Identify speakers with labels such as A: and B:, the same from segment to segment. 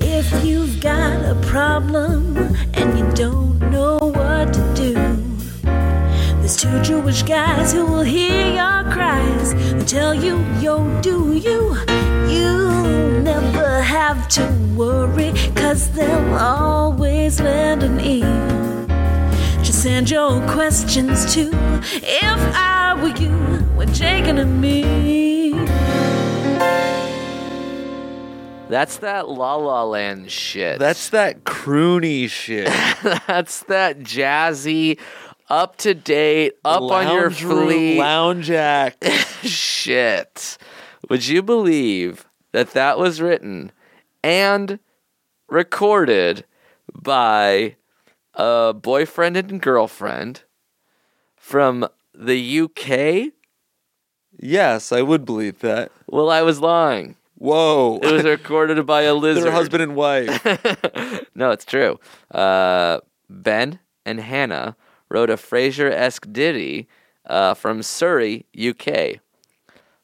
A: If you've got a problem and you don't know what to do, there's two Jewish guys who will hear your cries and tell you, yo, do you? You'll never have to worry, cause they'll always lend an ear. Just send your questions to If I Were You with Jake and me.
B: That's that La La Land shit.
C: That's that croony shit.
B: that's that jazzy, up to date, up on your
C: Lounge room,
B: fleet
C: lounge act.
B: shit. Would you believe that that was written and recorded by a boyfriend and girlfriend from the UK?
C: yes, I would believe that.
B: Well, I was lying.
C: Whoa.
B: It was recorded by a lizard.
C: Their husband and wife.
B: no, it's true. Uh, ben and Hannah wrote a Frasier esque ditty uh, from Surrey, UK.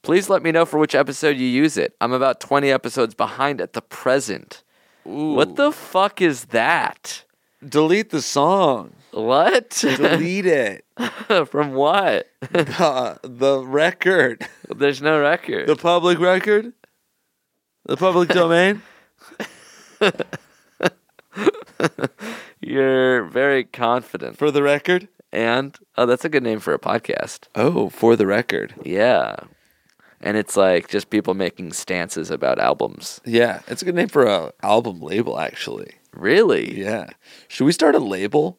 B: Please let me know for which episode you use it. I'm about 20 episodes behind at the present. What the fuck is that?
C: Delete the song.
B: What?
C: Delete it.
B: from what?
C: Uh, the record.
B: There's no record.
C: The public record? The public domain?
B: You're very confident.
C: For the record?
B: And, oh, that's a good name for a podcast.
C: Oh, for the record.
B: Yeah. And it's like just people making stances about albums.
C: Yeah, it's a good name for a album label, actually.
B: Really?
C: Yeah. Should we start a label?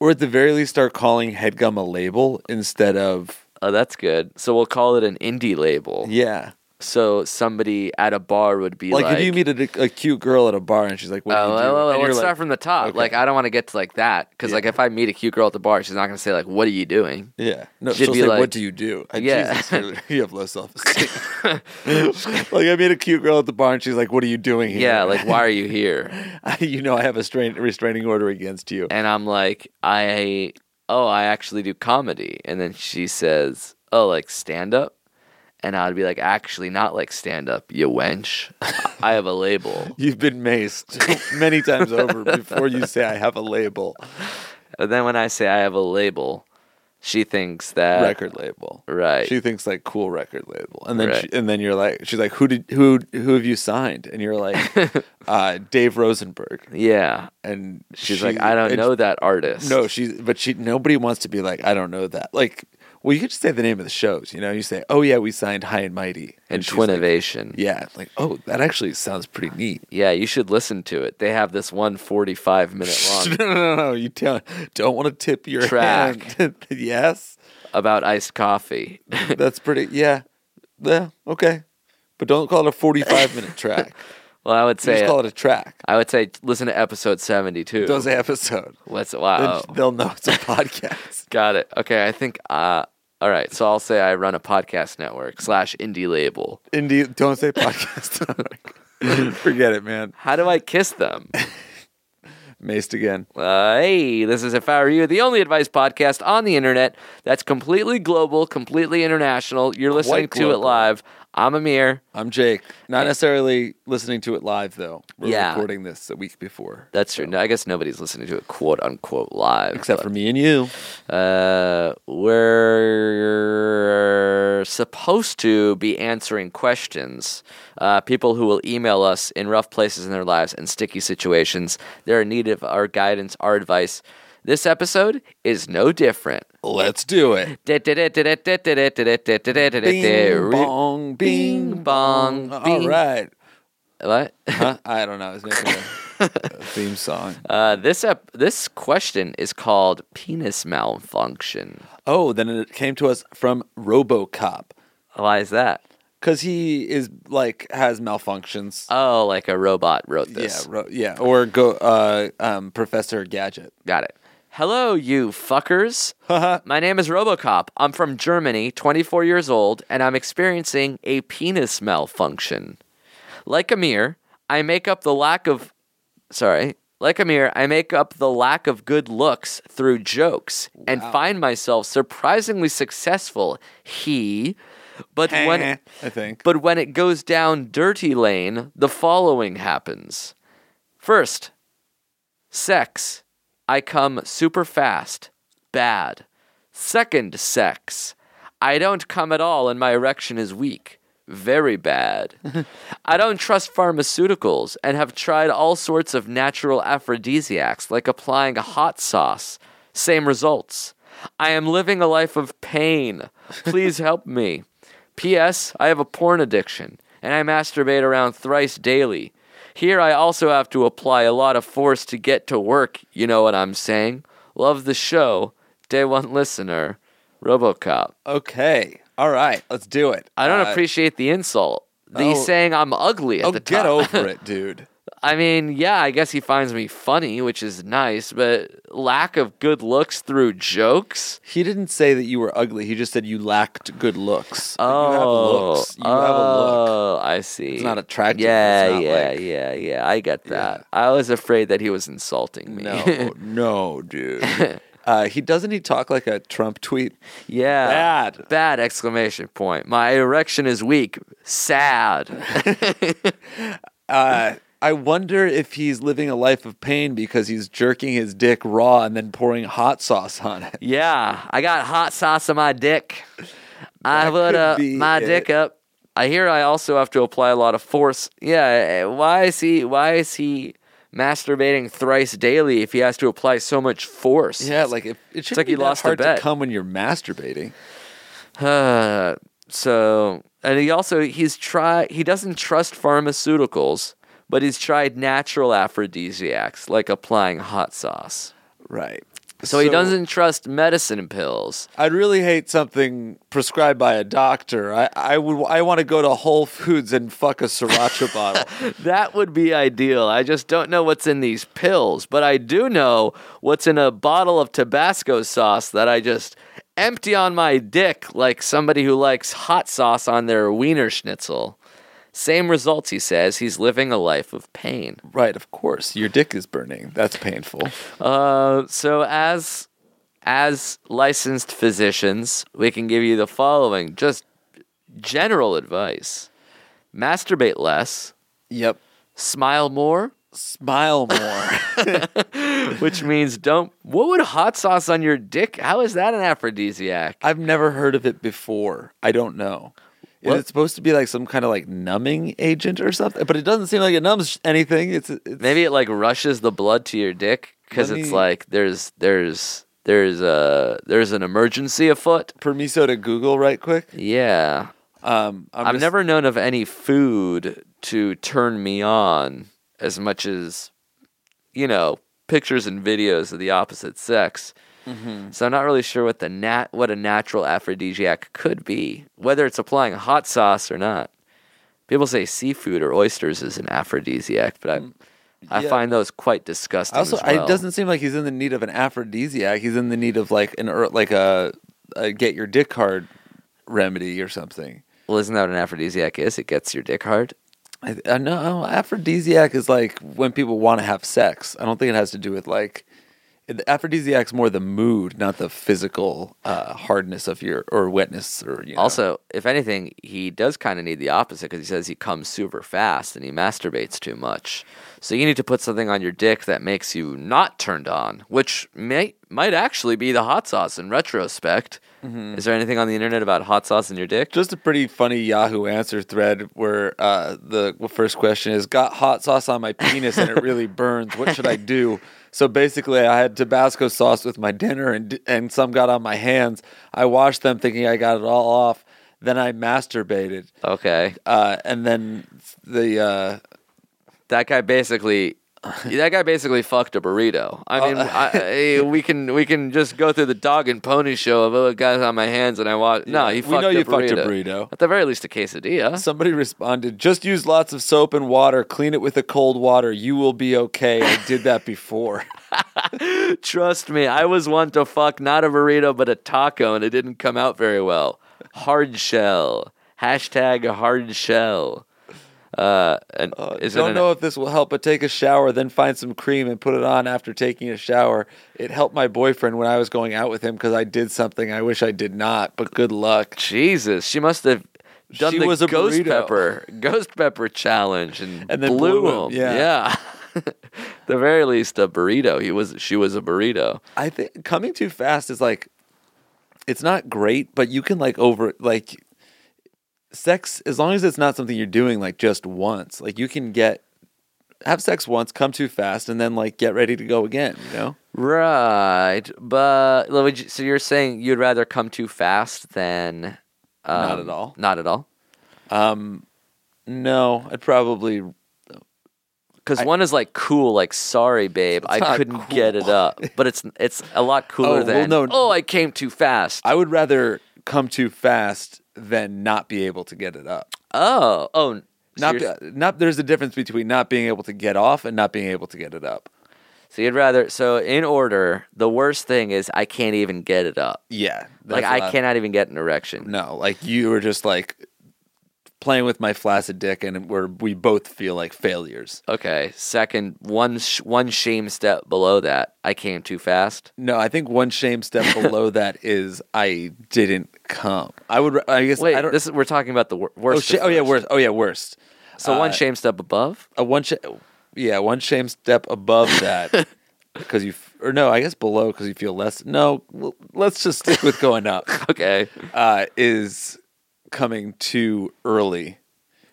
C: Or at the very least, start calling Headgum a label instead of.
B: Oh, that's good. So we'll call it an indie label.
C: Yeah.
B: So somebody at a bar would be
C: Like,
B: like,
C: if you meet a, a cute girl at a bar and she's like, what do
B: Oh,
C: you do?
B: well, well,
C: and
B: let's
C: you're like,
B: start from the top.
C: okay.
B: Like, I don't want to get to like that because, like, if I meet a cute girl at the bar, she's not gonna say like, "What are you doing?"
C: Yeah. No,
B: She'd
C: she'll
B: be
C: say,
B: like-
C: what do you do? And
B: Yeah.
C: Jesus, you're- you have low self-esteem. like, I meet a cute girl at the bar and she's like, what are you doing here?
B: Yeah, like, why are you here?
C: you know I have a strain, restraining order against you.
B: And I'm like, I oh, I actually do comedy. And then she says, Oh, like stand up? And I'd be like, actually not like stand up, you wench. I have a label.
C: You've been maced many times over before you say I have a label.
B: And then when I say I have a label, she thinks that
C: record label.
B: Uh, Right.
C: She thinks like cool record label. And then
B: Right.
C: she, and then you're like she's like who did who who have you signed? And you're like uh, Dave Rosenberg.
B: Yeah.
C: And
B: She's
C: she-
B: like, I don't
C: and-
B: know that artist.
C: No, she but she nobody wants to be like I don't know that. Like well you could just say the name of the shows, you know? You say, "Oh yeah, we signed High and Mighty."
B: and
C: she's like,
B: Twinovation.
C: yeah, like, "Oh, that actually sounds pretty neat."
B: yeah, you should listen to it. They have this one 45 minute long
C: no, no, no. You don't, don't want to tip your
B: Track.
C: hand. yes.
B: about iced coffee.
C: That's pretty. Yeah. Yeah. Okay. But don't call it a 45 minute track.
B: well, I would
C: Just
B: say
C: call it a track.
B: I would say listen to episode 72.
C: Don't say episode.
B: What's
C: Then
B: wow?
C: they'll know it's a podcast.
B: Got it. Okay, I think. Uh, all right, so I'll say I run a podcast network slash indie label.
C: Indie, don't say podcast. Forget it, man.
B: How do I kiss them?
C: Maced again.
B: Uh, hey, this is If I Were You, the only advice podcast on the internet that's completely global, completely international. You're listening to it
C: global.
B: live. I'm Amir.
C: I'm Jake. Not necessarily listening to it live, though. We're
B: Yeah.
C: recording this a week before.
B: That's true. No, I guess nobody's listening to it quote unquote live.
C: Except for me and you.
B: Uh, we're supposed to be answering questions. Uh, people who will email us in rough places in their lives and sticky situations. They're in need of our guidance, our advice. This episode is no different.
C: Let's do it. Bing bong, bing bong. All right.
B: What?
C: Huh? I don't know. I was making a, a theme song.
B: Uh, this ep- this question is called penis malfunction.
C: Oh, then it came to us from RoboCop
B: Why is that?
C: because he is like has malfunctions.
B: Oh, like a robot wrote this.
C: Yeah, ro- yeah. Uh, Or go uh, um, Professor Gadget.
B: Got it. Hello, you fuckers. My name is Robocop. I'm from Germany, 24 years old, and I'm experiencing a penis malfunction. Like Amir, I make up the lack of. Sorry. Like Amir, I make up the lack of good looks through jokes and find myself surprisingly successful. He. But when.
C: Eh, I think.
B: But when it goes down dirty lane, the following happens. First, sex. I come super fast. Bad. Second, sex. I don't come at all and my erection is weak. Very bad. I don't trust pharmaceuticals and have tried all sorts of natural aphrodisiacs like applying a hot sauce. Same results. I am living a life of pain. Please help me. P.S. I have a porn addiction and I masturbate around thrice daily. Here I also have to apply a lot of force to get to work, you know what I'm saying? Love the show. Day one listener, Robocop.
C: okay. All right. Let's do it.
B: I don't
C: Uh,
B: appreciate the insult. The
C: oh.
B: saying I'm ugly at
C: Oh,
B: the
C: get
B: time.
C: over it, dude.
B: I mean, yeah, I guess he finds me funny, which is nice, but lack of good looks through jokes?
C: He didn't say that you were ugly. He just said you lacked good looks. But
B: Oh,
C: you have looks. You have a look.
B: oh, I see.
C: It's not attractive.
B: Yeah,
C: It's not
B: yeah,
C: like-
B: yeah, yeah. I get that. I was afraid that he was insulting me.
C: No, no, dude. Uh, he doesn't he talk like a Trump tweet?
B: Yeah.
C: Bad.
B: Bad exclamation point. My erection is weak. Sad.
C: Uh, I wonder if he's living a life of pain because he's jerking his dick raw and then pouring hot sauce on it.
B: yeah. I got hot sauce on my dick. I
C: That
B: would
C: could
B: uh
C: be
B: my dick
C: it.
B: up. I hear I also have to apply a lot of force. Yeah, eh, why is he why is he masturbating thrice daily if he has to apply so much force?
C: Yeah, like if, it should
B: like
C: be
B: he
C: that
B: lost a
C: hard to
B: bet.
C: come when you're masturbating.
B: Uh, so and he also he's try he doesn't trust pharmaceuticals, but he's tried natural aphrodisiacs like applying hot sauce.
C: Right.
B: So, he doesn't trust medicine pills.
C: I'd really hate something prescribed by a doctor. I, I would. I want to go to Whole Foods and fuck a sriracha bottle.
B: That would be ideal. I just don't know what's in these pills, but I do know what's in a bottle of Tabasco sauce that I just empty on my dick like somebody who likes hot sauce on their wiener schnitzel. Same results, he says. He's living a life of pain.
C: Right. Of course, your dick is burning. That's painful.
B: Uh, so as as licensed physicians, we can give you the following just general advice. Masturbate less,
C: Yep.
B: smile more,
C: Smile more.
B: which means don't what would hot sauce on your dick? How is that an aphrodisiac?
C: I've never heard of it before. I don't know. Is
B: What?
C: it supposed to be like some kind of like numbing agent or something? But it doesn't seem like it numbs anything. It's, it's
B: Maybe it like rushes the blood to your dick cuz
C: Let
B: it's
C: me-
B: like there's there's there's a there's an emergency afoot.
C: permiso to Google right quick.
B: Yeah.
C: Um, I'm
B: I've
C: just-
B: never known of any food to turn me on as much as, you know, pictures and videos of the opposite sex.
C: Mm-hmm.
B: So I'm not really sure what the nat what a natural aphrodisiac could be, whether it's applying hot sauce or not. People say seafood or oysters is an aphrodisiac, but I I
C: Mm, yeah.
B: find those quite disgusting.
C: Also,
B: as well.
C: it doesn't seem like he's in the need of an aphrodisiac. He's in the need of like an er- like a, a get your dick hard remedy or something.
B: well, isn't that what an aphrodisiac is? It gets your dick hard.
C: I, I know aphrodisiac is like when people want to have sex. I don't think it has to do with like the aphrodisiac's more the mood, not the physical uh, hardness of your or wetness or you know.
B: Also, if anything, he does kind of need the opposite because he says he comes super fast and he masturbates too much. So you need to put something on your dick that makes you not turned on, which may might actually be the hot sauce in retrospect. Is there anything on the internet about hot sauce in your dick?
C: Mm-hmm. Just a pretty funny Yahoo answer thread where uh, the first question is Got hot sauce on my penis and it really burns. What should I do? So basically, I had Tabasco sauce with my dinner, and and some got on my hands. I washed them, thinking I got it all off. Then I masturbated,
B: Okay.
C: uh, and then the uh,
B: that guy basically that guy basically fucked a burrito. I mean,
C: Uh,
B: I, I- we can we can just go through the dog and pony show of oh, guys on my hands and I watch. no,
C: Yeah,
B: he
C: we
B: fucked
C: know
B: a
C: you fucked
B: burrito.
C: a burrito.
B: At the very least, a quesadilla.
C: somebody responded, "Just use lots of soap and water. Clean it with a cold water. You will be okay." I did that before.
B: Trust me, I was one to fuck not a burrito but a taco, and it didn't come out very well. Hard shell. Hashtag hard shell. Uh, and is it
C: Don't
B: an-
C: know if this will help, but take a shower, then find some cream and put it on after taking a shower. It helped my boyfriend when I was going out with him because I did something I wish I did not, but good luck.
B: Jesus, she must have done
C: She
B: the
C: was a
B: ghost
C: burrito.
B: pepper, ghost pepper challenge, and,
C: And then
B: blew,
C: blew
B: him.
C: him, yeah.
B: yeah. the very least, a burrito. He was, she was a burrito.
C: I think coming too fast is like, it's not great, but you can like over, like, sex, as long as it's not something you're doing like just once, like you can get, have sex once, come too fast, and then like get ready to go again, you know?
B: Right, but well, would you- so you're saying you'd rather come too fast than um,
C: Not at all.
B: Not at all,
C: No, I'd probably
B: because one is like cool, like sorry, babe, I
C: not
B: couldn't get it
C: cool.
B: up. But it's it's a lot cooler
C: well,
B: than
C: no.
B: oh, I came too fast.
C: I would rather come too fast than not be able to get it up.
B: oh, oh, so
C: Not,
B: you're-
C: be, not. There's a difference between not being able to get off and not being able to get it up.
B: So you'd rather so in order, the worst thing is I can't even get it up.
C: Yeah,
B: Like
C: that's
B: I
C: not-
B: cannot even get an erection.
C: No, like you were just like playing with my flaccid dick, and where we both feel like failures.
B: Okay. Second, one sh- one shame step below that, I came too fast.
C: No, I think one shame step below that is I didn't come. I would. I guess
B: Wait,
C: I don't.
B: this is, we're talking about the wor-
C: oh,
B: worst.
C: sh-
B: of
C: oh yeah,
B: worst.
C: worst. Oh yeah, worst.
B: So one
C: uh,
B: shame step above.
C: a one sh- yeah one shame step above that because you f- or no i guess below because you feel less no l- let's just stick with going up
B: Okay.
C: uh, is coming too early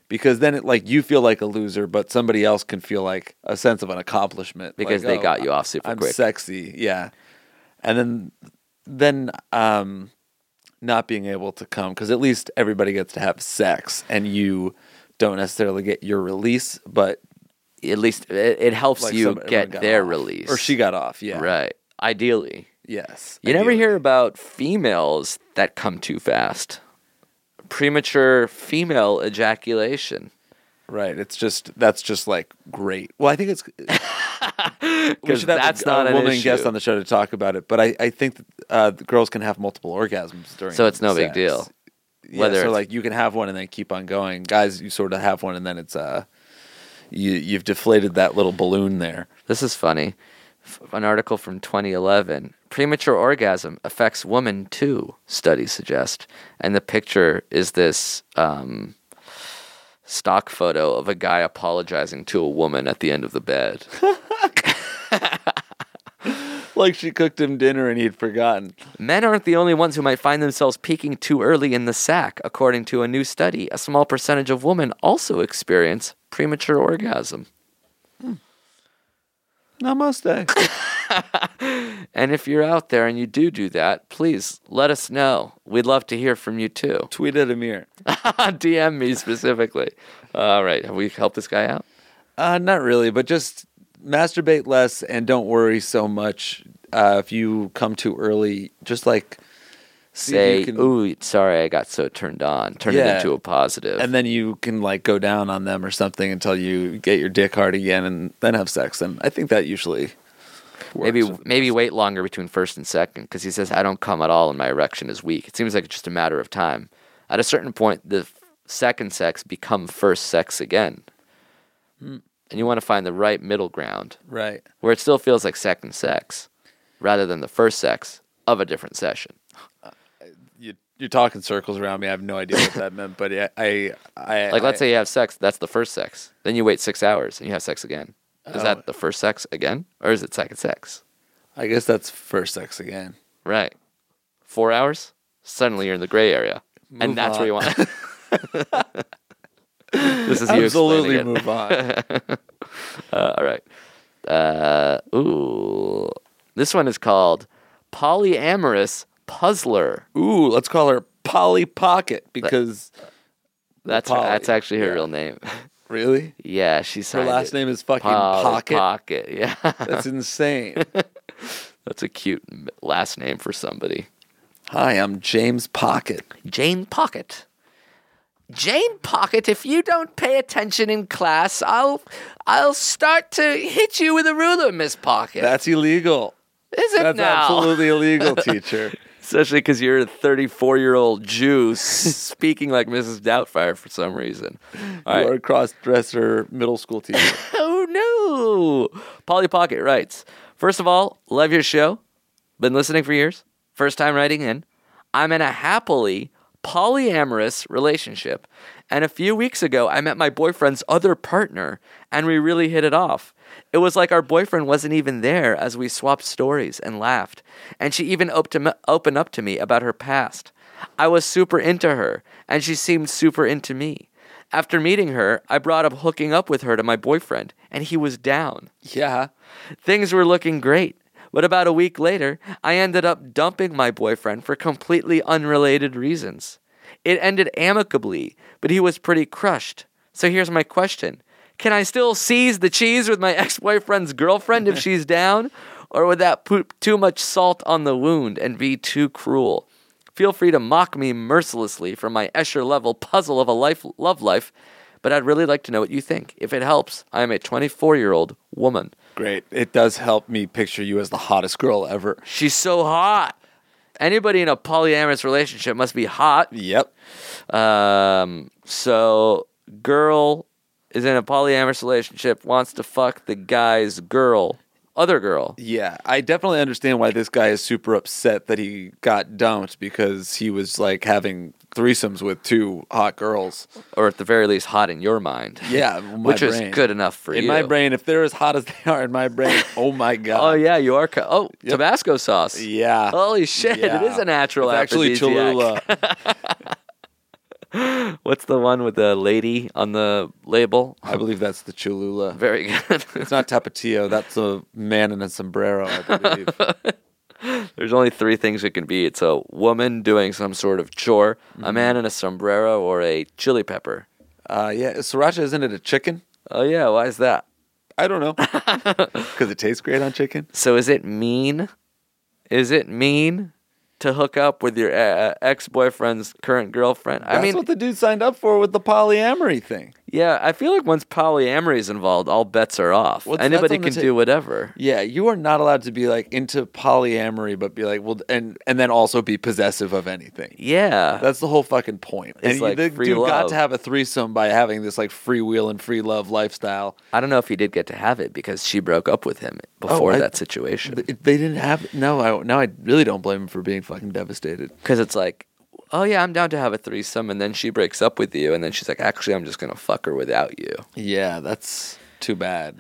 C: because then it like you feel like a loser but somebody else can feel like a sense of an accomplishment
B: Because
C: Like, oh,
B: they got you off super
C: i'm
B: quick.
C: sexy yeah and then then um not being able to come because at least everybody gets to have sex and you don't necessarily get your release but
B: At least it, it helps
C: like
B: you
C: some- everyone
B: get
C: got
B: their
C: off.
B: release.
C: or she got off. Yeah,
B: Right. Ideally.
C: Yes,
B: You never
C: ideally.
B: hear about females that come too fast. Premature female ejaculation.
C: Right, it's just that's just like great. Well, I think it's we
B: 'Cause
C: should have
B: that's
C: a,
B: not
C: a
B: an
C: woman guest
B: issue.
C: on the show to talk about it. But I, I think that, uh, the girls can have multiple orgasms during.
B: So it's no big
C: sex.
B: deal.
C: Yeah,
B: Whether
C: so
B: it's-
C: like you can have one and then keep on going. Guys, you sort of have one and then it's uh, you you've deflated that little balloon there.
B: This is funny. F- An article from 2011. Premature orgasm affects women too, studies suggest. And the picture is this um, stock photo of a guy apologizing to a woman at the end of the bed.
C: Like she cooked him dinner and he'd forgotten.
B: Men aren't the only ones who might find themselves peaking too early in the sack. According to a new study, a small percentage of women also experience premature orgasm.
C: Namaste.
B: And if you're out there and you do do that, please let us know. We'd love to hear from you too.
C: Tweet at Amir.
B: DM me specifically. All right, have we helped this guy out?
C: Uh, not really, but just masturbate less and don't worry so much. Uh, if you come too early, just like see if
B: Say,
C: you can-
B: ooh, sorry, I got so turned on. Turn it
C: Yeah.
B: into a positive.
C: and then you can like go down on them or something until you get your dick hard again, and then have sex. And I think that usually works.
B: maybe maybe wait longer between first and second because he says I don't come at all and my erection is weak. It seems like it's just a matter of time. At a certain point, the f- second sex become first sex again,
C: Hmm.
B: and you want to find the right middle ground
C: right.
B: where it still feels like second sex rather than the first sex of a different session.
C: You you're talking circles around me. I have no idea what that meant, but yeah, I I
B: Like, let's
C: I-
B: say you have sex, that's the first sex. Then you wait six hours and you have sex again.
C: Oh.
B: Is that the first sex again, or is it second sex?
C: I guess that's first sex again.
B: Right. Four hours. Suddenly you're in the gray area,
C: Move
B: and that's where you want. this is you explaining
C: Absolutely,
B: it.
C: move on.
B: Uh, all right. Uh, ooh, this one is called Polyamorous Puzzler.
C: Ooh, let's call her Polly Pocket because
B: That's her-
C: Polly,
B: that's actually her real name.
C: really,
B: yeah, she signed
C: her last
B: it.
C: name is fucking
B: Polly
C: Pocket.
B: Pocket. Yeah,
C: That's insane.
B: that's a cute m- last name for somebody.
C: Hi, I'm James Pocket.
B: Jane Pocket. Jane Pocket, if you don't pay attention in class, I'll I'll start to hit you with a ruler, Miss Pocket.
C: That's illegal.
B: Is it
C: That's
B: now?
C: absolutely illegal, teacher.
B: Especially because you're a 34 year old Jew s- speaking like Mrs. Doubtfire for some reason. All right.
C: You are a cross dresser middle school teacher.
B: Oh no! Polly Pocket writes First of all, love your show. Been listening for years. First time writing in. I'm in a happily polyamorous relationship. And a few weeks ago, I met my boyfriend's other partner and we really hit it off. It was like our boyfriend wasn't even there as we swapped stories and laughed. And she even op- to me- opened up to me about her past. I was super into her and she seemed super into me. After meeting her, I brought up hooking up with her to my boyfriend, and he was down.
C: yeah.
B: Things were looking great. But about a week later, I ended up dumping my boyfriend for completely unrelated reasons. It ended amicably, but he was pretty crushed. So here's my question Can I still seize the cheese with my ex boyfriend's girlfriend if she's down? Or would that put too much salt on the wound and be too cruel? Feel free to mock me mercilessly for my Escher level puzzle of a life love life, but I'd really like to know what you think. If it helps, I am a 24 year old woman.
C: Great. It does help me picture you as the hottest girl ever.
B: She's so hot. Anybody in a polyamorous relationship must be hot.
C: Yep.
B: Um, so girl is in a polyamorous relationship, wants to fuck the guy's girl, other girl.
C: Yeah. I definitely understand why this guy is super upset that he got dumped because he was like having threesomes with two hot girls.
B: Or at the very least hot in your mind.
C: Yeah. my
B: Which was
C: brain.
B: good enough for
C: in
B: you.
C: my brain, if they're as hot as they are in my brain, oh my God.
B: Oh yeah, you are co- oh Tabasco sauce.
C: Yeah.
B: Holy Oh, shit,
C: Yeah.
B: it is a natural
C: It's actually
B: aphrodisiac.
C: Cholula.
B: What's the one with the lady on the label?
C: I believe that's the Cholula.
B: Very good.
C: It's not Tapatio. That's a man in a sombrero, I believe.
B: There's only three things it can be. It's a woman doing some sort of chore, a
C: Mm-hmm.
B: man in a sombrero, or a chili pepper.
C: Uh, yeah, sriracha isn't it a chicken?
B: Oh yeah, why is that?
C: I don't know. Because it tastes great on chicken.
B: So is it mean? Is it mean to hook up with your uh, ex-boyfriend's current girlfriend?
C: That's
B: I mean,
C: what the dude signed up for with the polyamory thing.
B: yeah, I feel like once polyamory is involved, all bets are off.
C: Well, that's
B: Anybody
C: on the
B: can
C: ta-
B: do whatever.
C: Yeah, you are not allowed to be like into polyamory, but be like, well, and and then also be possessive of anything.
B: Yeah.
C: That's the whole fucking point.
B: It's
C: and
B: like
C: the
B: free
C: dude got
B: love.
C: to have a threesome by having this like free will and free love lifestyle.
B: I don't know if he did get to have it because she broke up with him before
C: I-
B: that situation.
C: Th- They didn't have no. I now I really don't blame him for being fucking devastated.
B: Because it's like, oh yeah, I'm down to have a threesome, and then she breaks up with you, and then she's like, actually, I'm just gonna fuck her without you.
C: Yeah, that's too bad.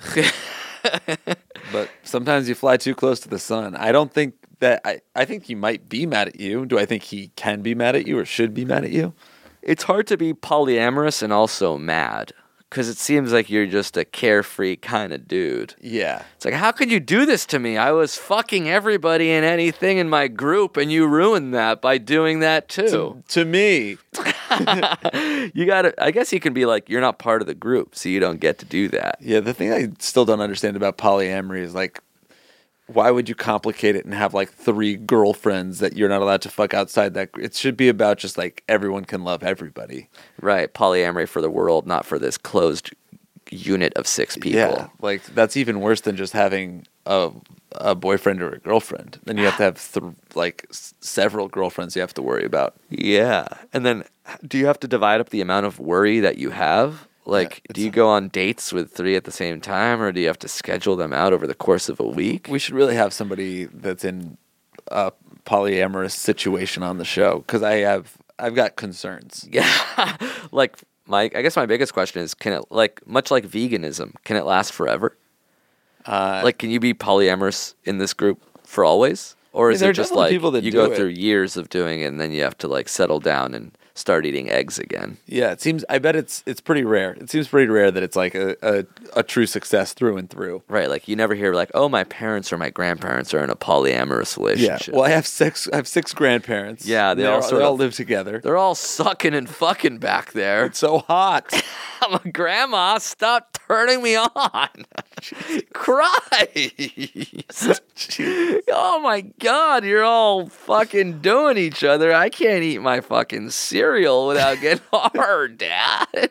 C: but sometimes you fly too close to the sun. I don't think that I, I think he might be mad at you. Do I think he can be mad at you or should be mad at you?
B: It's hard to be polyamorous and also mad, because it seems like you're just a carefree kind of dude.
C: Yeah.
B: It's like, how could you do this to me? I was fucking everybody and anything in my group, and you ruined that by doing that too.
C: To me,
B: You gotta, I guess you can be like, you're not part of the group, so you don't get to do that.
C: yeah, the thing I still don't understand about polyamory is like why would you complicate it and have like three girlfriends that you're not allowed to fuck outside that gr- it should be about just like everyone can love everybody.
B: Right. Polyamory for the world, not for this closed unit of six people.
C: Yeah, like that's even worse than just having a a boyfriend or a girlfriend. Then you have to have th- like s- several girlfriends you have to worry about.
B: Yeah. And then h- do you have to divide up the amount of worry that you have? Like, do you go on dates with three at the same time or do you have to schedule them out over the course of a week?
C: We should really have somebody that's in a polyamorous situation on the show because I have I've got concerns.
B: Yeah. like, my, I guess my biggest question is can it, like, much like veganism, can it last forever? Uh, like, can you be polyamorous in this group for always? Or is
C: there are
B: it just
C: definitely
B: like
C: people that
B: you
C: do
B: go
C: it.
B: through years of doing it and then you have to like settle down and start eating eggs again.
C: Yeah, it seems. I bet it's it's pretty rare. It seems pretty rare that it's like a, a, a true success through and through.
B: Right, like you never hear like, oh, my parents or my grandparents are in a polyamorous
C: Yeah.
B: relationship.
C: Well, I have six. I have six grandparents.
B: Yeah, they
C: They're-
B: all sort
C: they all
B: of-
C: live together.
B: They're all sucking and fucking back there.
C: It's so hot.
B: I'm a grandma. Stop turning me on. Christ. oh my God. You're all fucking doing each other. I can't eat my fucking cereal without getting hard, Dad.
C: you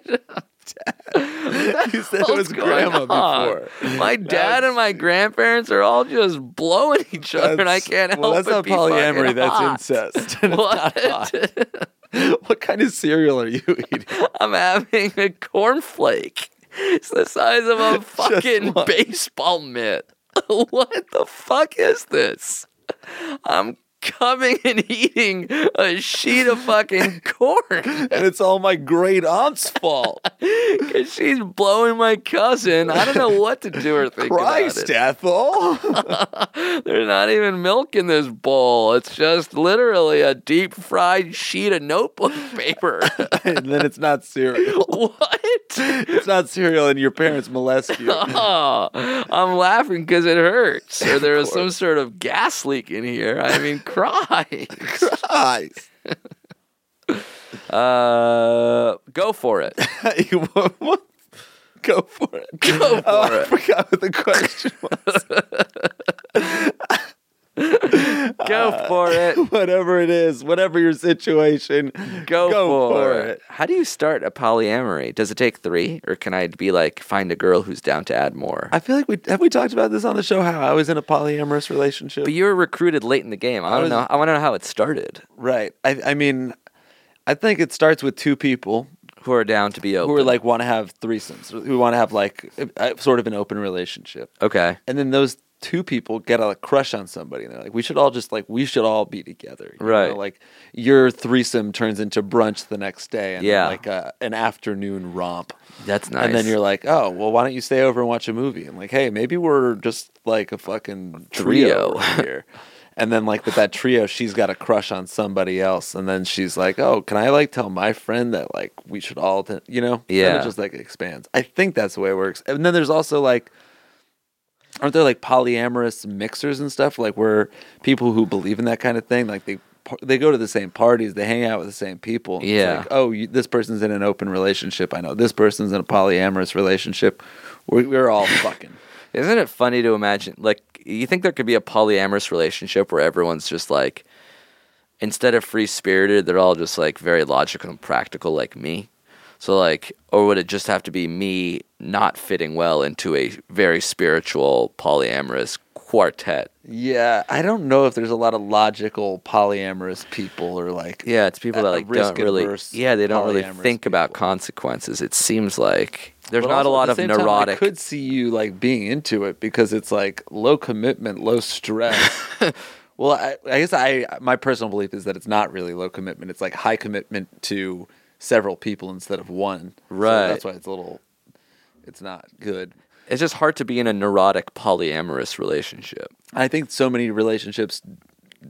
C: said it was
B: What's going
C: grandma
B: on?
C: before.
B: My dad and my grandparents are all just blowing each other, and I
C: That's-
B: can't
C: well,
B: help
C: that's not
B: but be fucking
C: polyamory. That's
B: hot.
C: incest. And it's not hot.
B: What?
C: What kind of cereal are you eating?
B: I'm having a cornflake. It's the size of a fucking
C: one.
B: baseball mitt. what the fuck is this? I'm coming and eating a sheet of fucking corn.
C: And it's all my great aunt's fault.
B: 'Cause she's blowing my cousin. I don't know what to do or think about it.
C: Christ, Ethel.
B: There's not even milk in this bowl. It's just literally a deep fried sheet of notebook paper.
C: and then it's not cereal.
B: what?
C: It's not cereal, and your parents molest you.
B: Oh, I'm laughing because it hurts. Or there is some sort of gas leak in here. I mean, cry.
C: Christ.
B: Uh, go for it.
C: You want one? Go for it.
B: Go for
C: Oh, I
B: it.
C: forgot what the question was.
B: Go for it.
C: whatever it is, whatever your situation,
B: Go, for, it. How do you start a polyamory? Does it take three, or can I be like find a girl who's down to add more?
C: I feel like we have we talked about this on the show how I was in a polyamorous relationship.
B: but you were recruited late in the game. I don't
C: was-
B: know. I want to know how it started.
C: right. I I mean, I think it starts with two people
B: Who are down to be open?
C: who are like want to have threesomes, who want to have like a- a- sort of an open relationship.
B: okay,
C: and then those two people get a like, crush on somebody and they're like we should all just like we should all be together you
B: Right.
C: know? like your threesome turns into brunch the next day and
B: Yeah.
C: like a, an afternoon romp
B: that's nice.
C: and then you're like oh well why don't you stay over and watch a movie and like hey maybe we're just like a fucking trio,
B: Trio.
C: over here and then like with that trio she's got a crush on somebody else and then she's like oh can i like tell my friend that like we should all t-, you know Then
B: Yeah.
C: it just like expands i think that's the way it works and then there's also like aren't there like polyamorous mixers and stuff like where people who believe in that kind of thing like they par- they go to the same parties they hang out with the same people It's
B: Yeah.
C: like, oh you, this person's in an open relationship i know this person's in a polyamorous relationship we're, we're all fucking
B: Isn't it funny to imagine? Like, you think there could be a polyamorous relationship where everyone's just like, instead of free spirited, they're all just like very logical and practical, like me. So, like, or would it just have to be me not fitting well into a very spiritual polyamorous quartet?
C: yeah i don't know if there's a lot of logical polyamorous people or like
B: Yeah, it's people
C: A-
B: that
C: a
B: like don't really,
C: risk-averse
B: yeah, they don't really
C: polyamorous
B: think about
C: people.
B: consequences. It seems like there's
C: But
B: not a
C: also, at
B: lot
C: the
B: of
C: same time,
B: neurotic.
C: I could see you like being into it because it's like low commitment, low stress. well, I, I guess I my personal belief is that it's not really low commitment. It's like high commitment to several people instead of one. So
B: Right.
C: that's why it's a little. It's not good.
B: it's just hard to be in a neurotic polyamorous relationship.
C: I think so many relationships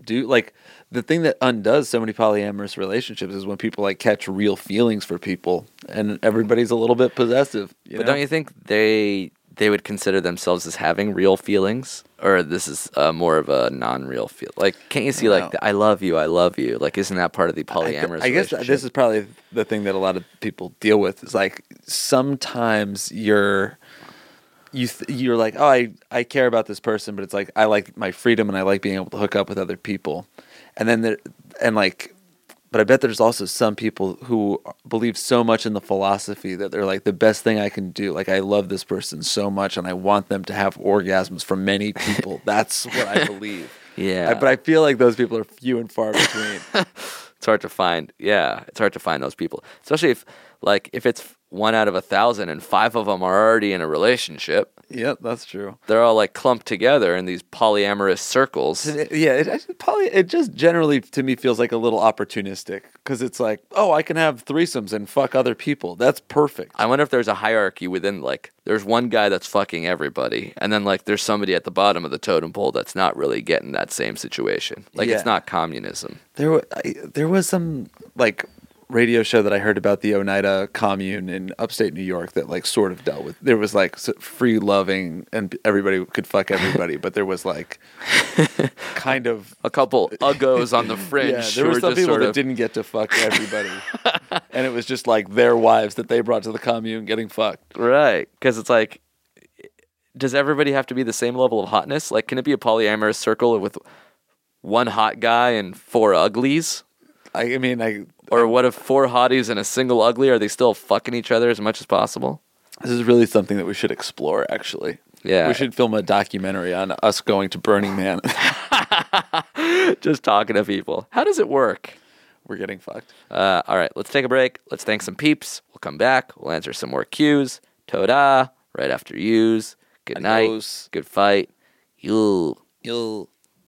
C: do like the thing that undoes so many polyamorous relationships is when people like catch real feelings for people and everybody's a little bit possessive. You
B: But
C: know?
B: don't you think they they would consider themselves as having real feelings, or this is uh, more of a non-real feel? Like, can't you see like
C: know.
B: the, I love you, I love you? Like, isn't that part of the
C: I th-
B: polyamorous?
C: I, guess th- this
B: relationship?
C: is probably the thing that a lot of people deal with is like sometimes you're you th- you're like oh I I care about this person but it's like I like my freedom and I like being able to hook up with other people and then there and like but I bet there's also some people who believe so much in the philosophy that they're like the best thing I can do like I love this person so much and I want them to have orgasms from many people that's what I believe
B: Yeah.
C: I- but I feel like those people are few and far between.
B: it's hard to find. Yeah, it's hard to find those people, especially if like if it's one out of a thousand and five of them are already in a relationship.
C: Yep, that's true.
B: They're all like clumped together in these polyamorous circles.
C: Yeah, it actually probably it just generally to me feels like a little opportunistic because it's like, oh, I can have threesomes and fuck other people. That's perfect.
B: I wonder if there's a hierarchy within like there's one guy that's fucking everybody, and then like there's somebody at the bottom of the totem pole that's not really getting that same situation. Like
C: Yeah.
B: it's not communism.
C: There, wa- I, there was some like radio show that I heard about the Oneida commune in upstate New York that like sort of dealt with there was like s- free loving and everybody could fuck everybody, but there was like kind of
B: a couple uggos on the fringe.
C: yeah,
B: who
C: there were
B: were
C: some
B: just
C: people
B: sort
C: that
B: of-
C: didn't get to fuck everybody, and it was just like their wives that they brought to the commune getting fucked.
B: Right. Because it's like, does everybody have to be the same level of hotness? Like, can it be a polyamorous circle with one hot guy and four uglies?
C: I, I mean, I
B: Or what if four hotties and a single ugly? Are they still fucking each other as much as possible?
C: This is really something that we should explore, actually.
B: Yeah.
C: We should film a documentary on us going to Burning Man.
B: Just talking to people. How does it work?
C: We're getting fucked.
B: Uh, all right, let's take a break. Let's thank some peeps. We'll come back. We'll answer some more cues. Toda, right after yous. Good
C: Adios.
B: night. Good fight. Yule.
C: You'll.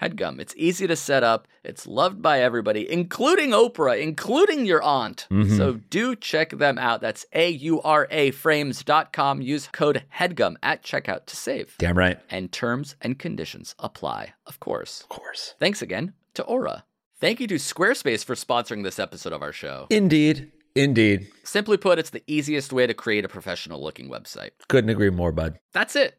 D: HEADGUM. It's easy to set up, it's loved by everybody, including Oprah, including your aunt. So do check them out. That's A U R A frames.com. Use code HEADGUM at checkout to save.
E: Damn right.
D: And terms and conditions apply, of course.
E: Of course.
D: Thanks again to Aura. Thank you to Squarespace for sponsoring this episode of our show.
E: Indeed. Indeed.
D: Simply put, it's the easiest way to create a professional looking website.
E: Couldn't agree more, bud.
D: That's it.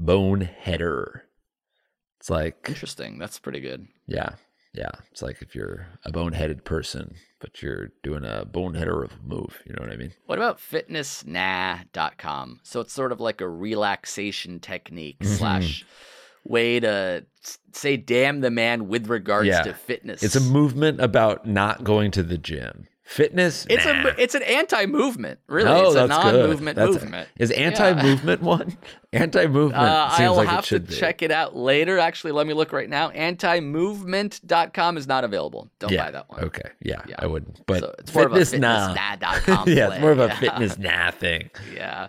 E: Boneheader. It's like,
D: Interesting. That's pretty good.
E: yeah, yeah. It's like if you're a boneheaded person, but you're doing a boneheader of a move. You know what I mean?
D: What about fitnessnah.com? So it's sort of like a relaxation technique
E: Mm-hmm.
D: slash way to s- say damn the man with regards
E: Yeah.
D: to fitness.
E: It's a movement about not going to the gym. Fitness.
D: It's a
E: nah.
D: mo- it's an anti-movement, really.
E: No,
D: it's a
E: that's good.
D: non-movement
E: That's-
D: movement.
E: Is anti-movement one? Anti-movement
D: Uh,
E: seems
D: I'll
E: like
D: have
E: it
D: to
E: should be.
D: check it out later. Actually, let me look right now. Antimovement.com is not available. Don't
E: yeah.
D: buy that one.
E: Okay. Yeah,
D: Yeah.
E: I wouldn't. But
D: so it's more
E: fitness,
D: of a
E: nah.
D: fitnessnah.com.
E: yeah, it's more of a
D: play.
E: fitness nah thing.
D: Yeah.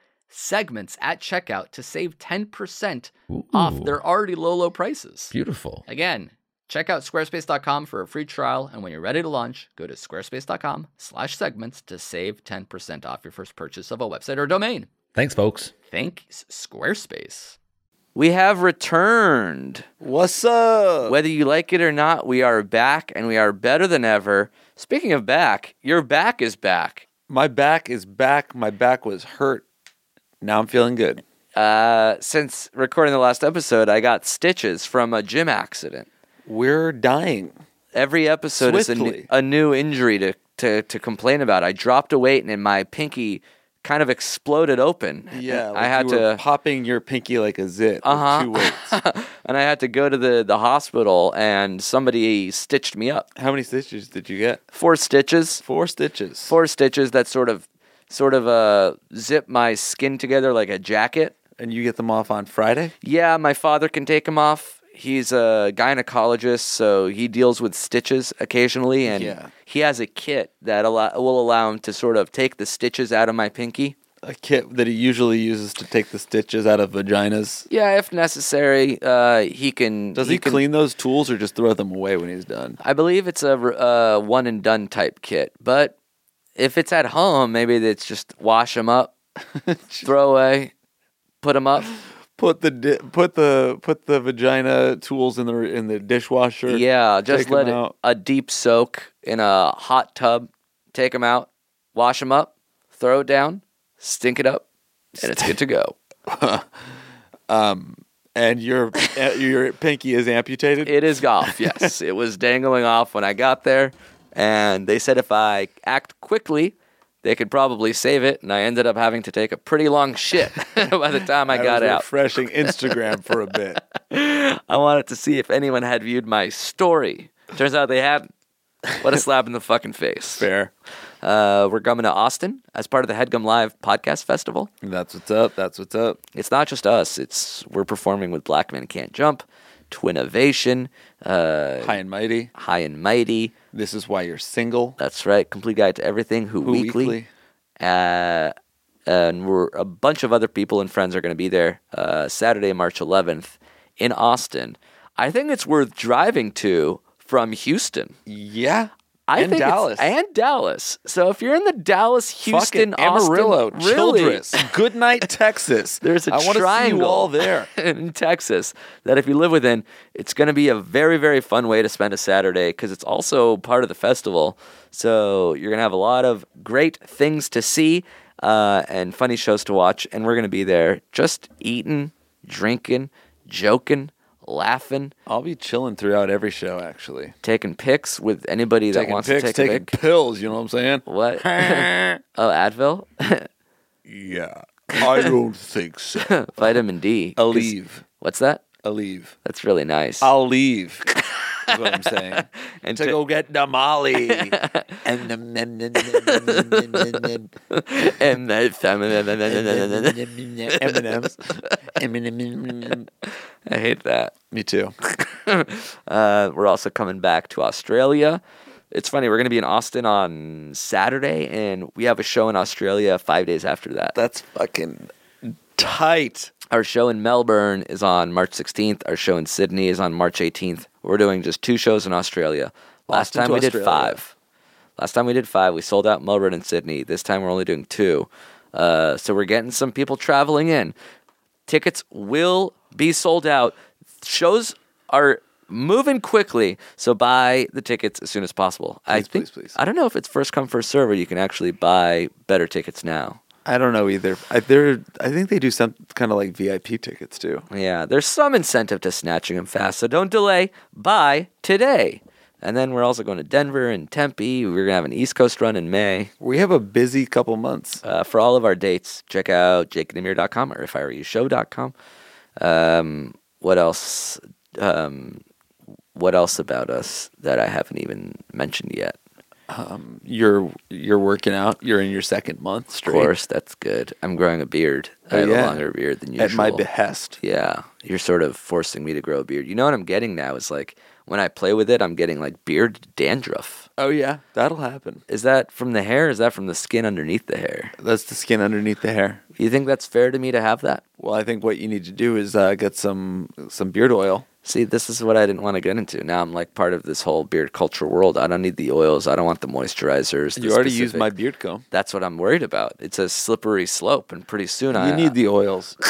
D: segments at checkout to save 10% off
E: Ooh.
D: their already low, low prices.
E: Beautiful.
D: Again, check out squarespace.com for a free trial. And when you're ready to launch, go to squarespace.com slash segments to save 10% off your first purchase of a website or domain.
E: Thanks, folks.
D: Thanks, Squarespace.
B: We have returned.
C: What's up?
B: Whether you like it or not, we are back and we are better than ever. Speaking of back, your back is back.
C: My back is back. My back was hurt. Now I'm feeling good.
B: Uh, since recording the last episode, I got stitches from a gym accident.
C: We're dying.
B: Every episode is a, new-
C: Swiftly.
B: a new injury to, to to complain about. I dropped a weight and my pinky kind of exploded open.
C: Yeah,
B: And
C: like
B: I had
C: you were
B: to
C: popping your pinky like a zit.
B: Uh-huh.
C: With two weights.
B: and I had to go to the the hospital and somebody stitched me up.
C: How many stitches did you get?
B: Four stitches.
C: Four stitches.
B: Four stitches that sort of sort of uh zip my skin together like a jacket.
C: And you get them off on Friday.
B: Yeah, my father can take them off. He's a gynecologist, so he deals with stitches occasionally, and
C: Yeah.
B: he has a kit that allow- will allow him to sort of take the stitches out of my pinky.
C: A kit that he usually uses to take the stitches out of vaginas.
B: Yeah, if necessary, uh, he can.
C: Does he,
B: can-
C: clean those tools or just throw them away when he's done?
B: I believe it's a r- uh, one and done type kit, but if it's at home, maybe it's just wash them up, throw away, put them up.
C: Put the di- put the put the vagina tools in the in the dishwasher.
B: Yeah, just
C: Take 'em
B: let it
C: out.
B: a deep soak in a hot tub. Take them out, wash them up, throw it down, stink it up, and it's good to go.
C: And your uh, your pinky is amputated.
B: It is golf. Yes, it was dangling off when I got there, and they said if I act quickly, they could probably save it. And I ended up having to take a pretty long shit by the time I
C: That
B: got
C: was
B: out.
C: Refreshing Instagram for a bit.
B: I wanted to see if anyone had viewed my story. Turns out they hadn't. What a slap in the fucking face.
C: Fair.
B: Uh, we're coming to Austin as part of the Headgum Live Podcast Festival.
C: That's what's up. That's what's up.
B: It's not just us. It's we're performing with Black Men Can't Jump, Twinovation, uh,
C: High and mighty.
B: High and Mighty.
C: This is why you're single.
B: That's right, Complete Guide to Everything. Who,
C: Who
B: Weekly.
C: Weekly.
B: Uh, and we're a bunch of other people and friends are going to be there uh, Saturday, March 11th in Austin. I think it's worth driving to from Houston.
C: Yeah.
B: I
C: and
B: think it's-
C: Dallas.
B: and Dallas. So if you're in the Dallas, Houston,
C: Fucking Amarillo,
B: Austin, really,
C: Childress, Goodnight, Texas.
B: There's a
C: I wanna
B: triangle
C: see you all there.
B: in Texas that if you live within, it's going to be a very very fun way to spend a Saturday because it's also part of the festival. So you're going to have a lot of great things to see uh, and funny shows to watch, and we're going to be there just eating, drinking, joking, laughing,
C: I'll be chilling throughout every show. Actually,
B: taking pics with anybody that
C: taking
B: wants
C: pics,
B: to take a
C: taking
B: pic.
C: pills. You know what I'm saying?
B: What? oh, Advil,
C: Yeah. I don't think so.
B: vitamin D.
C: I'll leave.
B: What's that?
C: I'll leave.
B: That's really nice.
C: I'll leave. Is what I'm saying. and to
B: to-
C: go get the Molly. and the nom, nom,
B: and
C: nom, nom, nom, nom, nom, nom, nom, nom,
B: I
C: nom, M&Ms. M and M.
B: hate that.
C: Me too.
B: Uh, we're also coming back to Australia. It's funny, we're going to be in Austin on Saturday, and we have a show in Australia five days after that.
C: That's fucking tight.
B: Our show in Melbourne is on March 16th. Our show in Sydney is on March 18th. We're doing just two shows in Australia. Last
C: Austin
B: time
C: to
B: we did
C: Australia.
B: five. Last time we did five, we sold out Melbourne and Sydney. This time we're only doing two. Uh, so we're getting some people traveling in. Tickets will be sold out. Shows are moving quickly, so buy the tickets as soon as possible. I
C: Please,
B: think
C: please, please.
B: I don't know if it's first come first serve or you can actually buy better tickets now.
C: I don't know either. I, they're, I think they do some kind of like VIP tickets too.
B: Yeah, there's some incentive to snatching them fast, so don't delay. Buy today. And then we're also going to Denver and Tempe. We're going to have an East Coast run in May.
C: We have a busy couple months.
B: Uh, for all of our dates, check out jakeandamir.com or if I were you show.com. Um, what else? Um, what else about us that I haven't even mentioned yet?
C: You're you're working out. You're in your second month
B: Of
C: straight.
B: course, that's good. I'm growing a beard. I
C: Oh,
B: have a
C: yeah.
B: longer beard than usual.
C: At my behest.
B: Yeah, you're sort of forcing me to grow a beard. You know what I'm getting now is like when I play with it, I'm getting like beard dandruff.
C: Oh yeah, that'll happen.
B: Is that from the hair? Is that from the skin underneath the hair?
C: That's the skin underneath the hair.
B: You think that's fair to me to have that?
C: Well, I think what you need to do is uh, get some some beard oil.
B: See, this is what I didn't want to get into. Now I'm like part of this whole beard culture world. I don't need the oils. I don't want the moisturizers. the
C: You already used
B: specific-
C: my beard comb.
B: That's what I'm worried about. It's a slippery slope, and pretty soon I
C: You need the oils.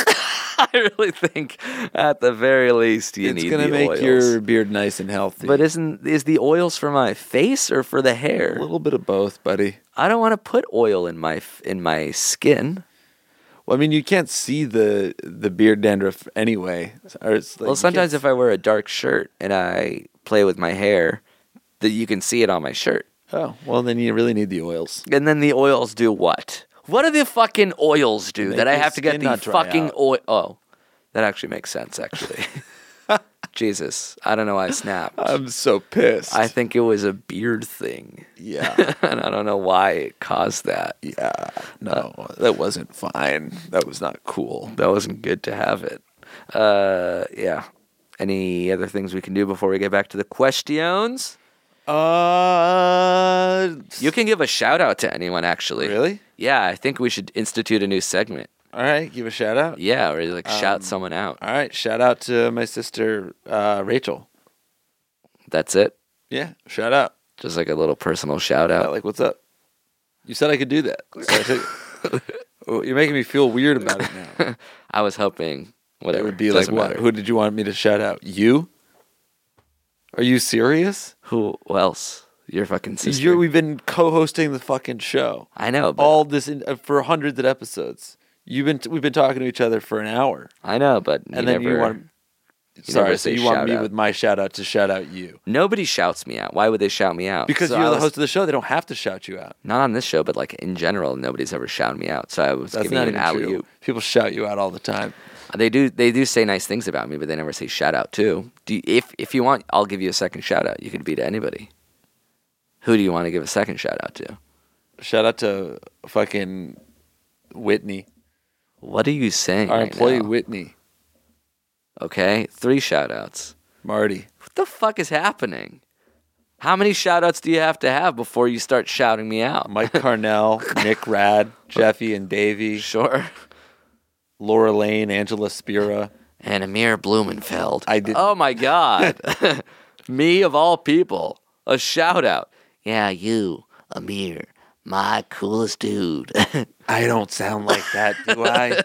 B: I really think, at the very least, you
C: it's
B: need
C: gonna
B: the
C: make
B: oils.
C: your beard nice and healthy.
B: But isn't is the oils for my face or for the
C: a
B: hair?
C: little bit of both, buddy.
B: I don't want to put oil in my f- in my skin.
C: Well, I mean, you can't see the the beard dandruff anyway. Or it's like
B: well, sometimes if I wear a dark shirt and I play with my hair, that you can see it on my shirt.
C: Oh, well, then you really need the oils.
B: And then the oils do what? What do the fucking oils do
C: Make
B: that I
C: your
B: have to get
C: skin
B: the
C: not dry
B: fucking
C: out.
B: oil? Oh, that actually makes sense, actually. Jesus, I don't know why I snapped.
C: I'm so pissed.
B: I think it was a beard thing.
C: yeah,
B: and I don't know why it caused that.
C: yeah. No, that wasn't fine. That was not cool.
B: That wasn't good to have it. Uh, yeah. Any other things we can do before we get back to the questions?
C: Uh,
B: You can give a shout out to anyone, actually.
C: Really?
B: Yeah, I think we should institute a new segment.
C: all right. Give a shout out.
B: Yeah, or like
C: Um.
B: shout someone out.
C: All right, shout out to my sister uh, Rachel.
B: That's it.
C: Yeah, shout out.
B: Just like a little personal shout
C: Uh,
B: out.
C: like, what's up? You said I could do that. So I took- Oh, You're making me feel weird about it now.
B: I was hoping whatever
C: It would be like,
B: doesn't
C: what?
B: matter.
C: Who did you want me to shout out? You? Are you serious?
B: Who, else? Your fucking sister.
C: You're, we've been co-hosting the fucking show.
B: I know, but
C: All this in, uh, for hundreds of episodes. You've been we've been talking to each other for an hour,
B: I know, but
C: and
B: you
C: then
B: never.
C: you want. Sorry,
B: never
C: so
B: say
C: you want
B: shout
C: me
B: out.
C: with my shout out to shout out you
B: Nobody shouts me out. Why would they shout me out?
C: because
B: So
C: you're
B: I
C: the
B: was-
C: host of the show. They don't have to shout you out.
B: Not on this show, but like in general, nobody's ever shouted me out. So I was
C: That's
B: giving
C: not
B: you an
C: even
B: alley
C: true.
B: oop.
C: People shout you out all the time.
B: They do. They do say nice things about me, but they never say shout out too. Do you, if if you want, I'll give you a second shout out. You could be to anybody. Who do you want to give a second shout out to?
C: Shout out to fucking Whitney,
B: What are you saying?
C: our
B: right
C: employee
B: now?
C: Whitney,
B: Okay, three shout outs.
C: Marty.
B: What the fuck is happening? How many shout outs do you have to have before you start shouting me out?
C: Mike Carnell, Nick Rad, Jeffy and Davey,
B: Sure.
C: Laura Lane, Angela Spira.
B: And Amir Blumenfeld.
C: I didn't.
B: Oh my God. Me of all people. A shout out. Yeah, you, Amir, my coolest dude.
C: I don't sound like that, do I?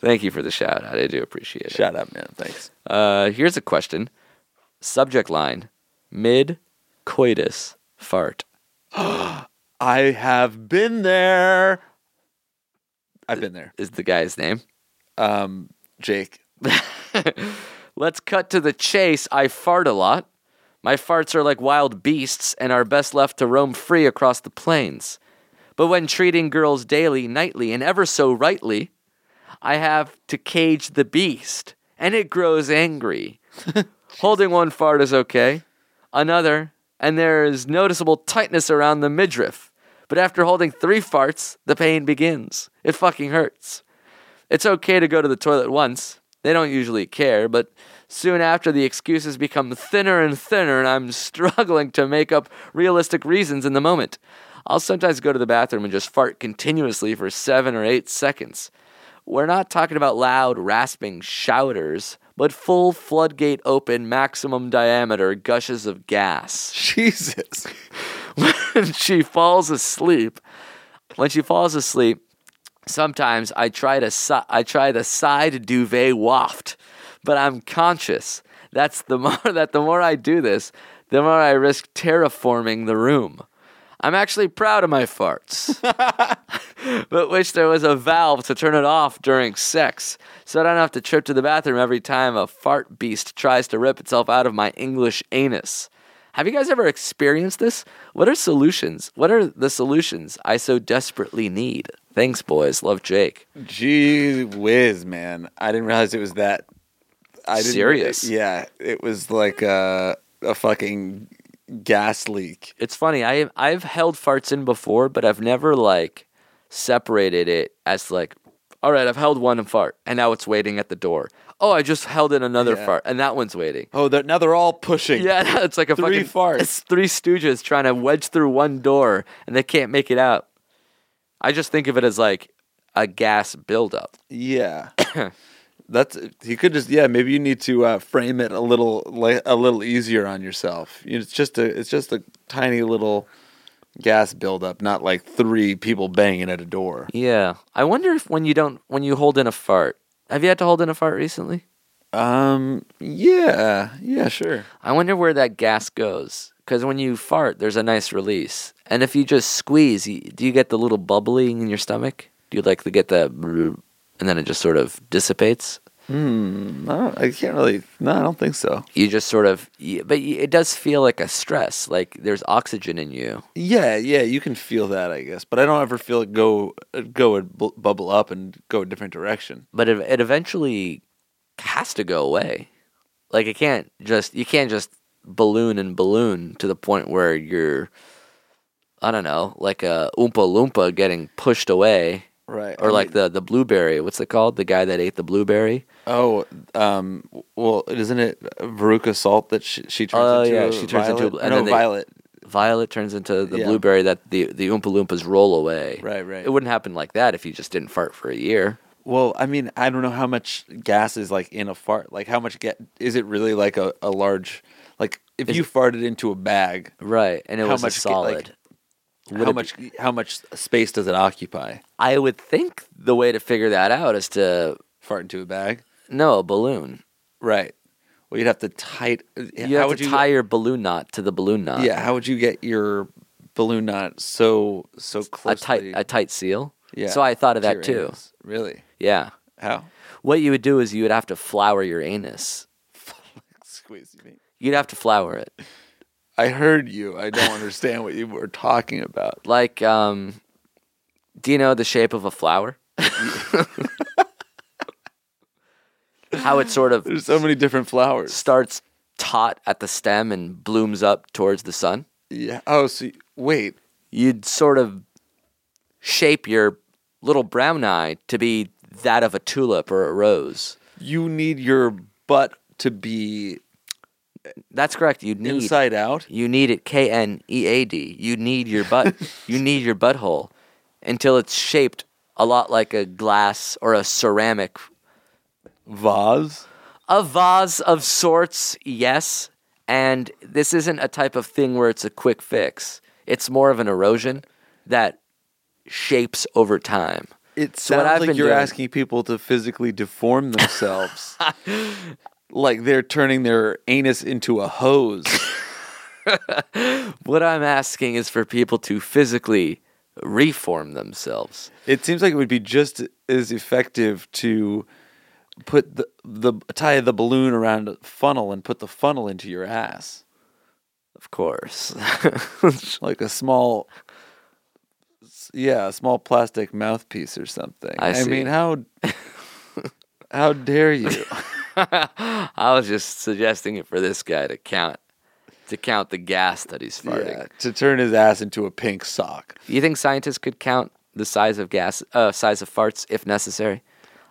B: Thank you for the shout out. I do appreciate it.
C: Shut up, man. Thanks.
B: Uh, here's a question. Subject line mid coitus fart.
C: I have been there. I've been there.
B: Is the guy's name.
C: Um, Jake.
B: Let's cut to the chase. I fart a lot. My farts are like wild beasts and are best left to roam free across the plains. But when treating girls daily, nightly, and ever so rightly, I have to cage the beast, and it grows angry. Holding one fart is okay, another, and there is noticeable tightness around the midriff. But after holding three farts, the pain begins. It fucking hurts. It's okay to go to the toilet once. They don't usually care, but soon after the excuses become thinner and thinner, and I'm struggling to make up realistic reasons in the moment. I'll sometimes go to the bathroom and just fart continuously for seven or eight seconds. We're not talking about loud, rasping shouters, but full floodgate open, maximum diameter gushes of gas
C: Jesus.
B: when she falls asleep. When she falls asleep, sometimes I try to si- I try the side duvet waft, but I'm conscious. That's the more that the more I do this, the more I risk terraforming the room. I'm actually proud of my farts, but wish there was a valve to turn it off during sex, so I don't have to trip to the bathroom every time a fart beast tries to rip itself out of my English anus. Have you guys ever experienced this? What are solutions? What are the solutions I so desperately need? Thanks, boys. Love Jake.
C: Gee whiz, man. I didn't realize it was that I didn't,
B: Serious.
C: Yeah. It was like a, a fucking gas leak.
B: It's funny. I I've held farts in before, but I've never like separated it as like, all right, I've held one fart, and now it's waiting at the door. Oh, I just held in another
C: Yeah.
B: fart, and that one's waiting.
C: Oh, they're, now they're all pushing.
B: Yeah, it's like a
C: Three
B: fucking
C: farts.
B: It's three stooges trying to wedge through one door, and they can't make it out. I just think of it as like a gas buildup.
C: Yeah. That's he could just yeah maybe you need to uh, frame it a little li- a little easier on yourself. You know, It's just a it's just a tiny little gas buildup, not like three people banging at a door.
B: Yeah. I wonder if when you don't when you hold in a fart. Have you had to hold in a fart recently?
C: Um yeah yeah sure
B: I wonder where that gas goes cuz when you fart there's a nice release. And if you just squeeze, you, do you get the little bubbling in your stomach? Do you like to get the and then it just sort of dissipates?
C: No, I can't really. No, I don't think so.
B: You just sort of, y- but y- it does feel like a stress. Like there's oxygen in you.
C: Yeah, yeah, you can feel that, I guess. But I don't ever feel it go go and bu- bubble up and go a different direction.
B: but it, it eventually has to go away. Like it can't just you can't just balloon and balloon to the point where you're I don't know, like a oompa loompa getting pushed away
C: Right.
B: or like the the blueberry, what's it called? The guy that ate the blueberry?
C: Oh, um, well, isn't it Veruca Salt that she, she turns
B: Oh,
C: into?
B: yeah,
C: a
B: she turns
C: violet?
B: into a bl- and
C: no
B: then they-
C: violet.
B: Violet turns into the
C: Yeah.
B: blueberry that the the oompa loompas roll away.
C: Right, right.
B: It wouldn't happen like that if you just didn't fart for a year.
C: Well, I mean, I don't know how much gas is like in a fart. Like, how much get is it really like a, a large? Like, if you farted into a bag,
B: Right. And it
C: How
B: was
C: much
B: a
C: ga- like,
B: solid.
C: how much how much space does it occupy?
B: I would think the way to figure that out is to
C: Fart into a bag,
B: no, a balloon.
C: right? Well, you'd have to tight. uh,
B: You
C: how
B: have
C: would
B: to
C: you,
B: tie your balloon knot to the balloon knot.
C: Yeah, how would you get your balloon knot so so
B: a
C: closely?
B: tight a tight seal.
C: yeah,
B: So I thought of
C: to
B: that
C: your
B: too.
C: anus? Really?
B: Yeah.
C: How?
B: What you would do is you would have to flower your anus.
C: Squeeze me.
B: You'd have to flower it.
C: I heard you. I don't understand what you were talking about.
B: Like um do you know the shape of a flower? How it sort of
C: There's so many different flowers.
B: starts taut at the stem and blooms up towards the sun.
C: Yeah. Oh, so you- wait.
B: You'd sort of shape your little brown eye to be that of a tulip or a rose.
C: You need your butt to be
B: That's correct. You'd need
C: inside out.
B: You need it K N E A D. You need your butt. you need your butthole until it's shaped a lot like a glass or a ceramic,
C: Vase.
B: a vase of sorts. Yes, and this isn't a type of thing where it's a quick fix. It's more of an erosion that shapes over time.
C: It
B: So what I've
C: sounds like
B: been
C: you're
B: doing-
C: asking people to physically deform themselves. like they're turning their anus into a hose.
B: What I'm asking is for people to physically reform themselves.
C: it seems like it would be just as effective to put the, the tie the balloon around a funnel and put the funnel into your ass.
B: Of course.
C: like a small s- yeah a small plastic mouthpiece or something
B: I see.
C: mean how how dare you
B: I was just suggesting it for this guy to count to count the gas that he's farting.
C: Yeah, to turn his ass into a pink sock
B: You think scientists could count the size of gas uh, size of farts if necessary?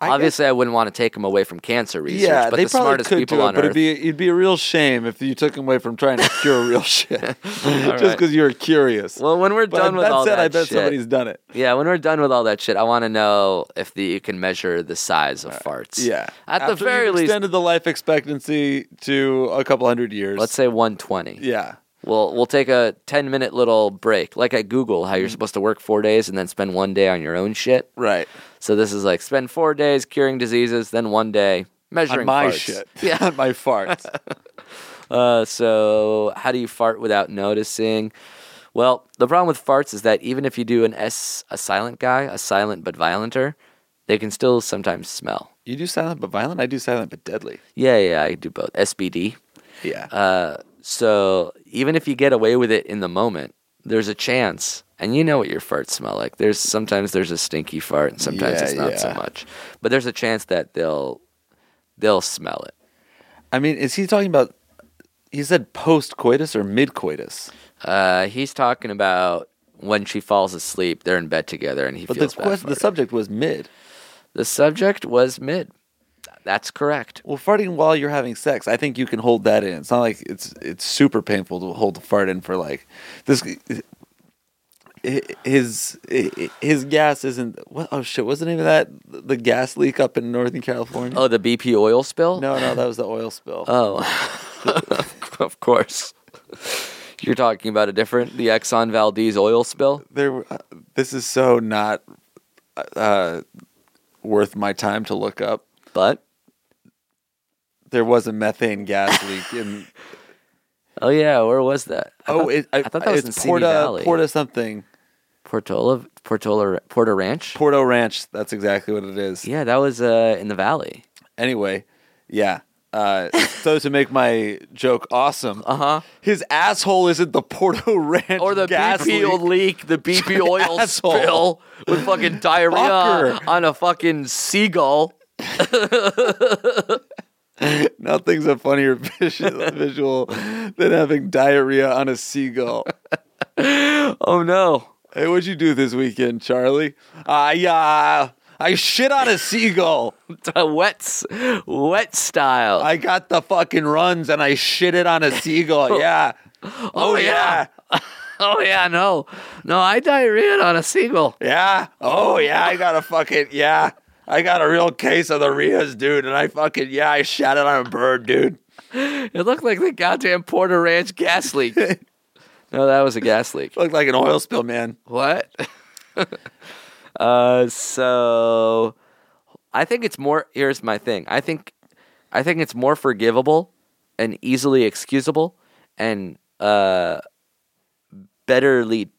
C: I
B: Obviously, I wouldn't want to take him away from cancer research,
C: yeah
B: but
C: they
B: the
C: probably
B: smartest
C: could
B: people
C: do it
B: on
C: but
B: earth.
C: it'd be it'd be a real shame if you took him away from trying to cure real shit just
B: right.
C: because you're curious
B: well, when we're
C: but
B: done with
C: that
B: all
C: said
B: that
C: i bet
B: shit,
C: somebody's done it
B: yeah, when we're done with all that shit, I want to know if the, you can measure the size of farts.
C: yeah
B: at
C: After
B: the very
C: you've
B: least,
C: extended the life expectancy to a couple hundred years
B: let's say 120.
C: yeah
B: We'll we'll take a 10 minute little break, like at Google,
C: Mm-hmm.
B: how you're supposed to work four days and then spend one day on your own shit.
C: right
B: So this is like spend four days curing diseases, then one day measuring
C: on my
B: farts.
C: shit
B: Yeah.
C: on my farts
B: Uh, so how do you fart without noticing? Well, the problem with farts is that even if you do an S, a silent guy, a silent but violenter, they can still sometimes smell.
C: You do silent but violent. I do silent but deadly. Uh,
B: Yeah, yeah, I do both. SBD.
C: Yeah.
B: So even if you get away with it in the moment, there's a chance. And you know what your farts smell like. There's sometimes there's a stinky fart and sometimes
C: Yeah,
B: it's not so
C: yeah.
B: much. But there's a chance that they'll they'll smell it.
C: I mean, is he talking about? He said post coitus or mid coitus.
B: Uh, he's talking about when she falls asleep, they're in bed together, and he
C: But the
B: feels bad
C: quest,
B: for
C: the
B: her.
C: subject was mid.
B: The subject was mid. That's correct.
C: Well, farting while you're having sex, I think you can hold that in. It's not like it's it's super painful to hold a fart in for like this. hi- His his gas isn't what? Oh shit! What's the name of that? The gas leak up in Northern California.
B: Oh, the BP oil spill.
C: no, no, that was the oil spill.
B: Oh, of course. You're talking about a different the Exxon Valdez oil spill.
C: there were- uh, this is so not uh, worth my time to look up
B: But
C: there was a methane gas leak in
B: oh yeah, where was that? I
C: oh
B: thought,
C: it,
B: I thought that was in
C: it's
B: Simi
C: Porta
B: Valley.
C: Porta something
B: Portola, Portola, Porta Ranch.
C: Porto Ranch that's exactly what it is
B: yeah, that was uh, in the valley.
C: Anyway, yeah. Uh, so to make my joke awesome, uh huh. His asshole isn't the Porto Ranch
B: Uh-huh. Or the
C: gas
B: BP
C: leak.
B: leak, the BP oil
C: Asshole.
B: spill with fucking diarrhea
C: Fucker.
B: on a fucking seagull.
C: Nothing's a funnier visual, visual than having diarrhea on a seagull.
B: Oh no.
C: Hey, what'd you do this weekend, Charlie? I uh, I shit on a seagull.
B: wet, s- wet style.
C: I got the fucking runs and I shit it on a seagull. Yeah. Oh,
B: yeah. oh yeah, no, no, I diarrhea on a seagull.
C: yeah. Yeah. Oh yeah. I got a fucking yeah. I got a real case of the Rias, dude, and I fucking yeah, I shot it on a bird, dude.
B: It looked like the goddamn Porter Ranch gas leak. no, that was a gas leak.
C: Looked like an oil spill, man.
B: What? uh, so I think it's more. Here's my thing. I think, I think it's more forgivable and easily excusable and uh, betterly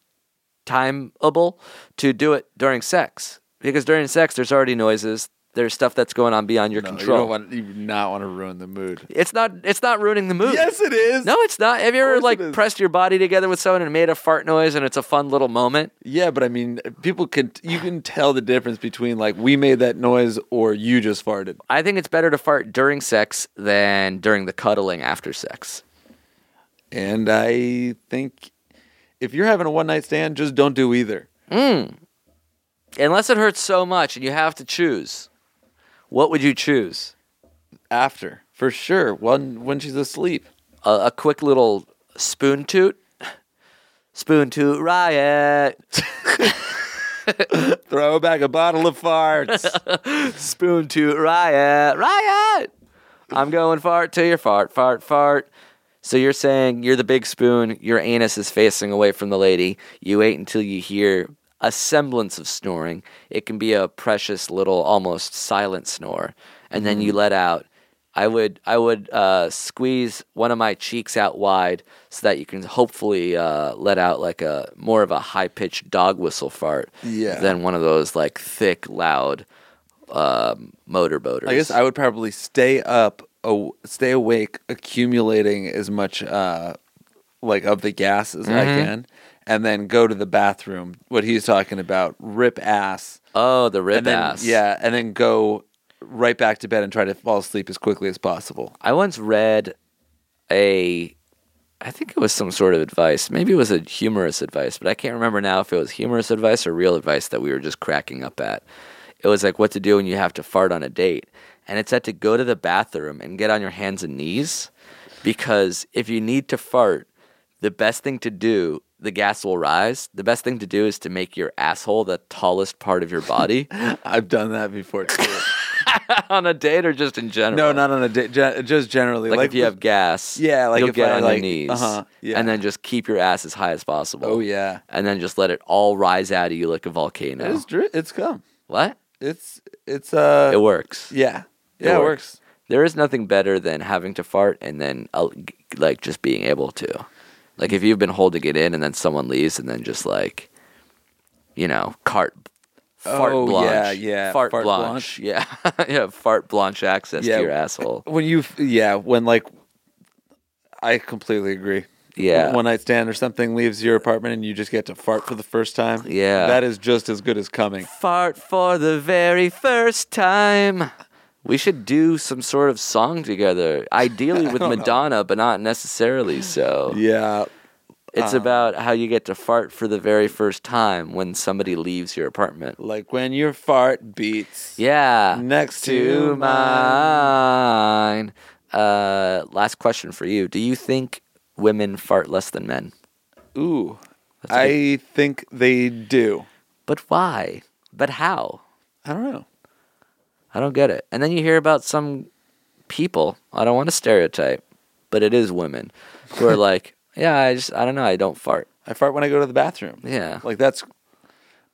B: timeable to do it during sex because during sex there's already noises. There's stuff that's going on beyond your control.
C: want you do not want to ruin the mood.
B: It's not. It's not ruining the mood.
C: Yes, it is.
B: No, it's not. Have you ever
C: course it
B: like
C: is.
B: pressed your body together with someone and made a fart noise and it's a fun little moment?
C: Yeah, but I mean, people can you can tell the difference between like we made that noise or you just farted.
B: I think it's better to fart during sex than during the cuddling after sex.
C: And I think if you're having a one night stand, just don't do either.
B: Unless it hurts so much and you have to choose. What would you choose?
C: After, for sure, when when she's asleep.
B: A, a quick little spoon toot? Spoon toot riot.
C: Throw back a bottle of farts.
B: Spoon toot riot. Riot. I'm going fart to your fart, fart, fart. So you're saying you're the big spoon, your anus is facing away from the lady. You wait until you hear a semblance of snoring. It can be a precious little almost silent snore and then
C: Mm-hmm.
B: you let out I would I would uh, squeeze one of my cheeks out wide so that you can hopefully uh, let out like a more of a high pitched dog whistle fart
C: Yeah.
B: than one of those like thick loud um, motorboaters.
C: I guess I would probably stay up, aw- stay awake, accumulating as much uh, like of the gas as I can, and then go to the bathroom. What he's talking about, rip ass.
B: Oh, the rib
C: and then,
B: ass.
C: Yeah, and then go right back to bed and try to fall asleep as quickly as possible.
B: I once read a, I think it was some sort of advice. Maybe it was a humorous advice, but I can't remember now if it was humorous advice or real advice that we were just cracking up at. It was like what to do when you have to fart on a date. And it said to go to the bathroom and get on your hands and knees because if you need to fart, the best thing to do, the gas will rise. The best thing to do is to make your asshole the tallest part of your body
C: I've done that before too.
B: on a date or just in general.
C: no, not on a date. Gen- just generally,
B: like, if you have gas,
C: Yeah, like
B: you'll
C: if
B: get
C: I,
B: on your
C: like-
B: knees,
C: uh-huh, yeah.
B: and then just keep your ass as high as possible.
C: Oh yeah,
B: and then just let it all rise out of you like a volcano.
C: it's dri- it's come.
B: what?
C: It's it's uh
B: It works.
C: yeah yeah it works.
B: There is nothing better than having to fart and then uh, g- like just being able to, like if you've been holding it in and then someone leaves and then just like, you know, cart. Fart
C: Oh,
B: blanche.
C: yeah, yeah,
B: Fart,
C: fart
B: blanche. Yeah. yeah. Fart blanche access
C: Yeah.
B: to your asshole.
C: When you f- yeah when like I completely agree.
B: Yeah.
C: one night stand or something leaves your apartment and you just get to fart for the first time.
B: Yeah.
C: that is just as good as coming.
B: fart for the very first time. We should do some sort of song together, ideally with Madonna, but not necessarily so.
C: Yeah,
B: It's about how you get to fart for the very first time when somebody leaves your apartment.
C: like when your fart beats.
B: Yeah.
C: Next
B: to
C: to
B: mine. Uh, last question for you. Do you think women fart less than men?
C: Ooh, I think they do.
B: But why? But how?
C: I don't know.
B: I don't get it. And then you hear about some people, I don't want to stereotype, but it is women who are like, yeah, I just, I don't know, I don't fart.
C: I fart when I go to the bathroom.
B: Yeah.
C: Like that's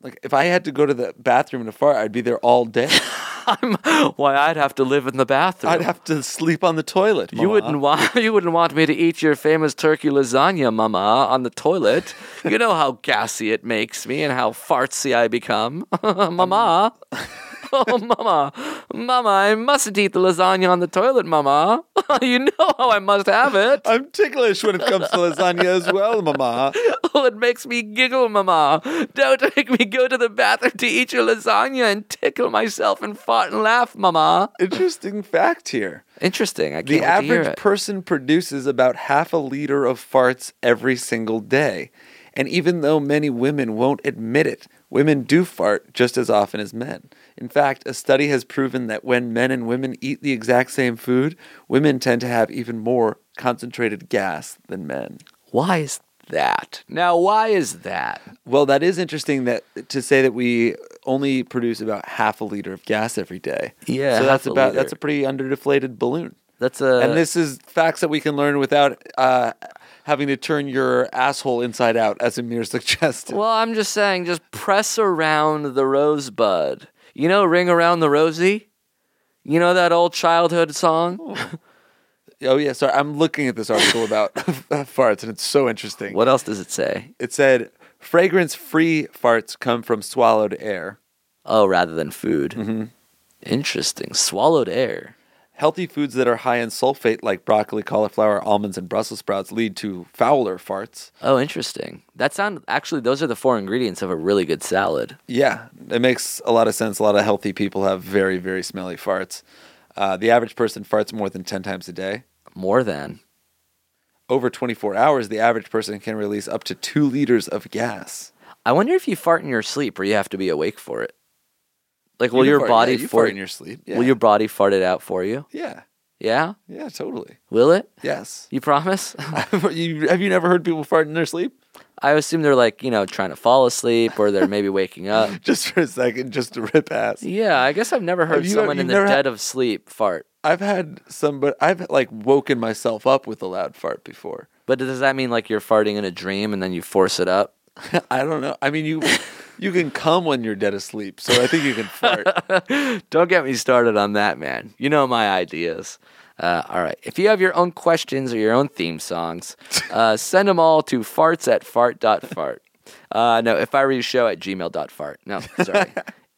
C: like if I had to go to the bathroom to fart, I'd be there all day.
B: Why, I'd have to live in the bathroom.
C: I'd have to sleep on the toilet.
B: you wouldn't want you wouldn't want me to eat your famous turkey lasagna, Mama, on the toilet. you
C: Um,
B: know how gassy it makes me and how fartsy I become, Mama. oh, mama, mama, I mustn't eat the lasagna on the toilet, mama. you know how I must have it.
C: I'm ticklish when it comes to lasagna as well, Mama.
B: Oh, it makes me giggle, mama. Don't make me go to the bathroom to eat your lasagna and tickle myself and fart and laugh, mama.
C: Interesting fact here.
B: Interesting. I can't
C: The
B: wait to hear
C: average
B: it.
C: person produces about half a liter of farts every single day. And even though many women won't admit it, women do fart just as often as men. In fact, a study has proven that when men and women eat the exact same food, women tend to have even more concentrated gas than men.
B: why is that? Now, why is that?
C: Well, that is interesting that to say that we only produce about half a liter of gas every day.
B: Yeah,
C: so
B: half
C: that's
B: a
C: about
B: liter.
C: that's a pretty underdeflated balloon.
B: That's a
C: and this is facts that we can learn without uh, having to turn your asshole inside out, as Amir suggested.
B: Well, I'm just saying, just press around the rosebud. You know, ring around the rosy. You know that old childhood song.
C: oh yeah, sorry. I'm looking at this article about farts, and it's so interesting.
B: What else does it say?
C: It said fragrance-free farts come from swallowed air.
B: Oh, rather than food.
C: Mm-hmm.
B: Interesting. Swallowed air.
C: Healthy foods that are high in sulfate, like broccoli, cauliflower, almonds, and Brussels sprouts, lead to fouler farts.
B: Oh, interesting. That sound actually. Those are the four ingredients of a really good salad.
C: Yeah, it makes a lot of sense. A lot of healthy people have very, very smelly farts. Uh, the average person farts more than 10 times a day.
B: More than.
C: Over 24 hours, the average person can release up to two liters of gas.
B: I wonder if you fart in your sleep or you have to be awake for it. Like, will
C: You
B: your
C: can fart-
B: body
C: yeah, you
B: for-
C: fart in your sleep? Yeah.
B: Will your body fart it out for you?
C: yeah,
B: Yeah.
C: yeah, totally.
B: Will it?
C: Yes.
B: You promise?
C: you, have you never heard people fart in their sleep?
B: I assume they're like, you know, trying to fall asleep or they're maybe waking up.
C: Just for a second, just to rip ass.
B: Yeah, I guess I've never heard
C: you-
B: someone
C: you've
B: in the
C: never had-
B: dead of sleep fart.
C: I've had some, but I've like woken myself up with a loud fart before.
B: But does that mean like you're farting in a dream and then you force it up?
C: I don't know. I mean, you you can come when you're dead asleep, so I think you can fart.
B: Don't get me started on that, man. You know my ideas. Uh, all right. If you have your own questions or your own theme songs, uh, send them all to farts at fart.fart. Uh, no, if I were you show at gmail.fart. No, sorry.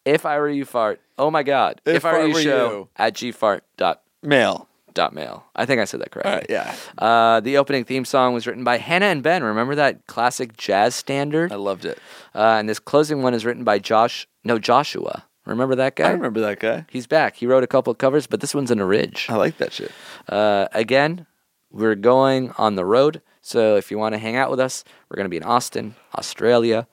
B: if I were you fart. Oh my God.
C: If
B: I
C: I
B: were you
C: were
B: show
C: you.
B: at gfart dot,
C: Male.
B: dot mail. I think I said that correctly.
C: All right, yeah.
B: Uh, the opening theme song was written by Hannah and Ben. Remember that classic jazz standard?
C: I
B: Uh,
C: loved it.
B: and this closing one is written by Josh. No, Joshua. Remember that guy?
C: I remember that guy.
B: He's back. He wrote a couple of covers, but this one's in a ridge.
C: I like that shit.
B: Uh, again, we're going on the road. So if you want to hang out with us, we're going to be in Austin, Australia,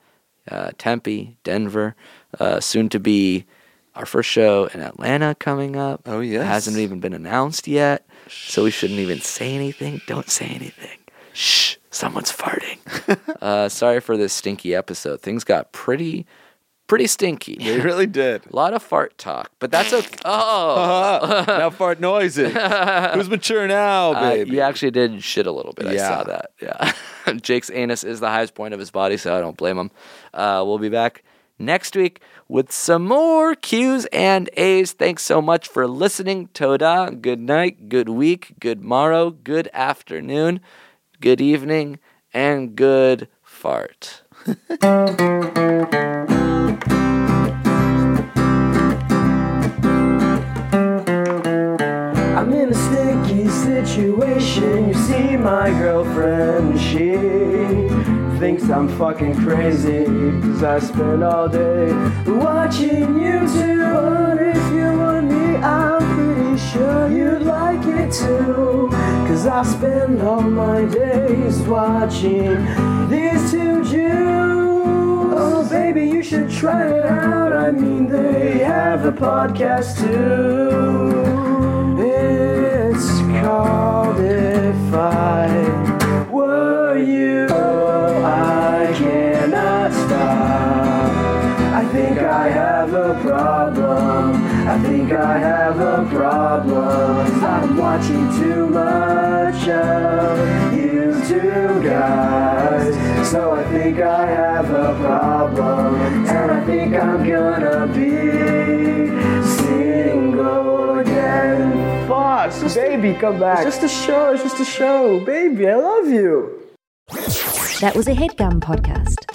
B: uh, Tempe, Denver, uh, soon to be our first show in Atlanta coming up.
C: Oh,
B: yeah,
C: yes.
B: Hasn't even been announced yet. So we shouldn't even say anything. Don't say anything. Shh, someone's farting. uh, sorry for this stinky episode. Things got pretty, pretty stinky.
C: They really did.
B: A lot of fart talk, but that's okay. Oh,
C: Ah, now fart noises. Who's mature now,
B: Uh,
C: baby?
B: you actually did shit a little bit. I saw
C: Yeah.
B: that. Yeah. Jake's anus is the highest point of his body, so I don't blame him. Uh, we'll be back next week with some more Q's and A's. Thanks so much for listening. Toda. Good night, good week, good morrow, good afternoon, good evening, and good fart.
F: I'm in a sticky situation. You see, my girlfriend, she thinks I'm fucking crazy. Cause I spend all day watching you two. And if you want me, I'm pretty sure you'd like it too. Cause I spend all my days watching these two Jews. Oh, baby, you should try it out. I mean, they have a podcast too. It's called If I Were You. I cannot stop. I think I have a problem. I think I have a problem. I'm watching too much of you two guys. So I think I have a problem. And I think I'm gonna be single again. Fox, baby, come back. It's just a show. It's just a show, baby. I love you.
G: That was a headgum podcast.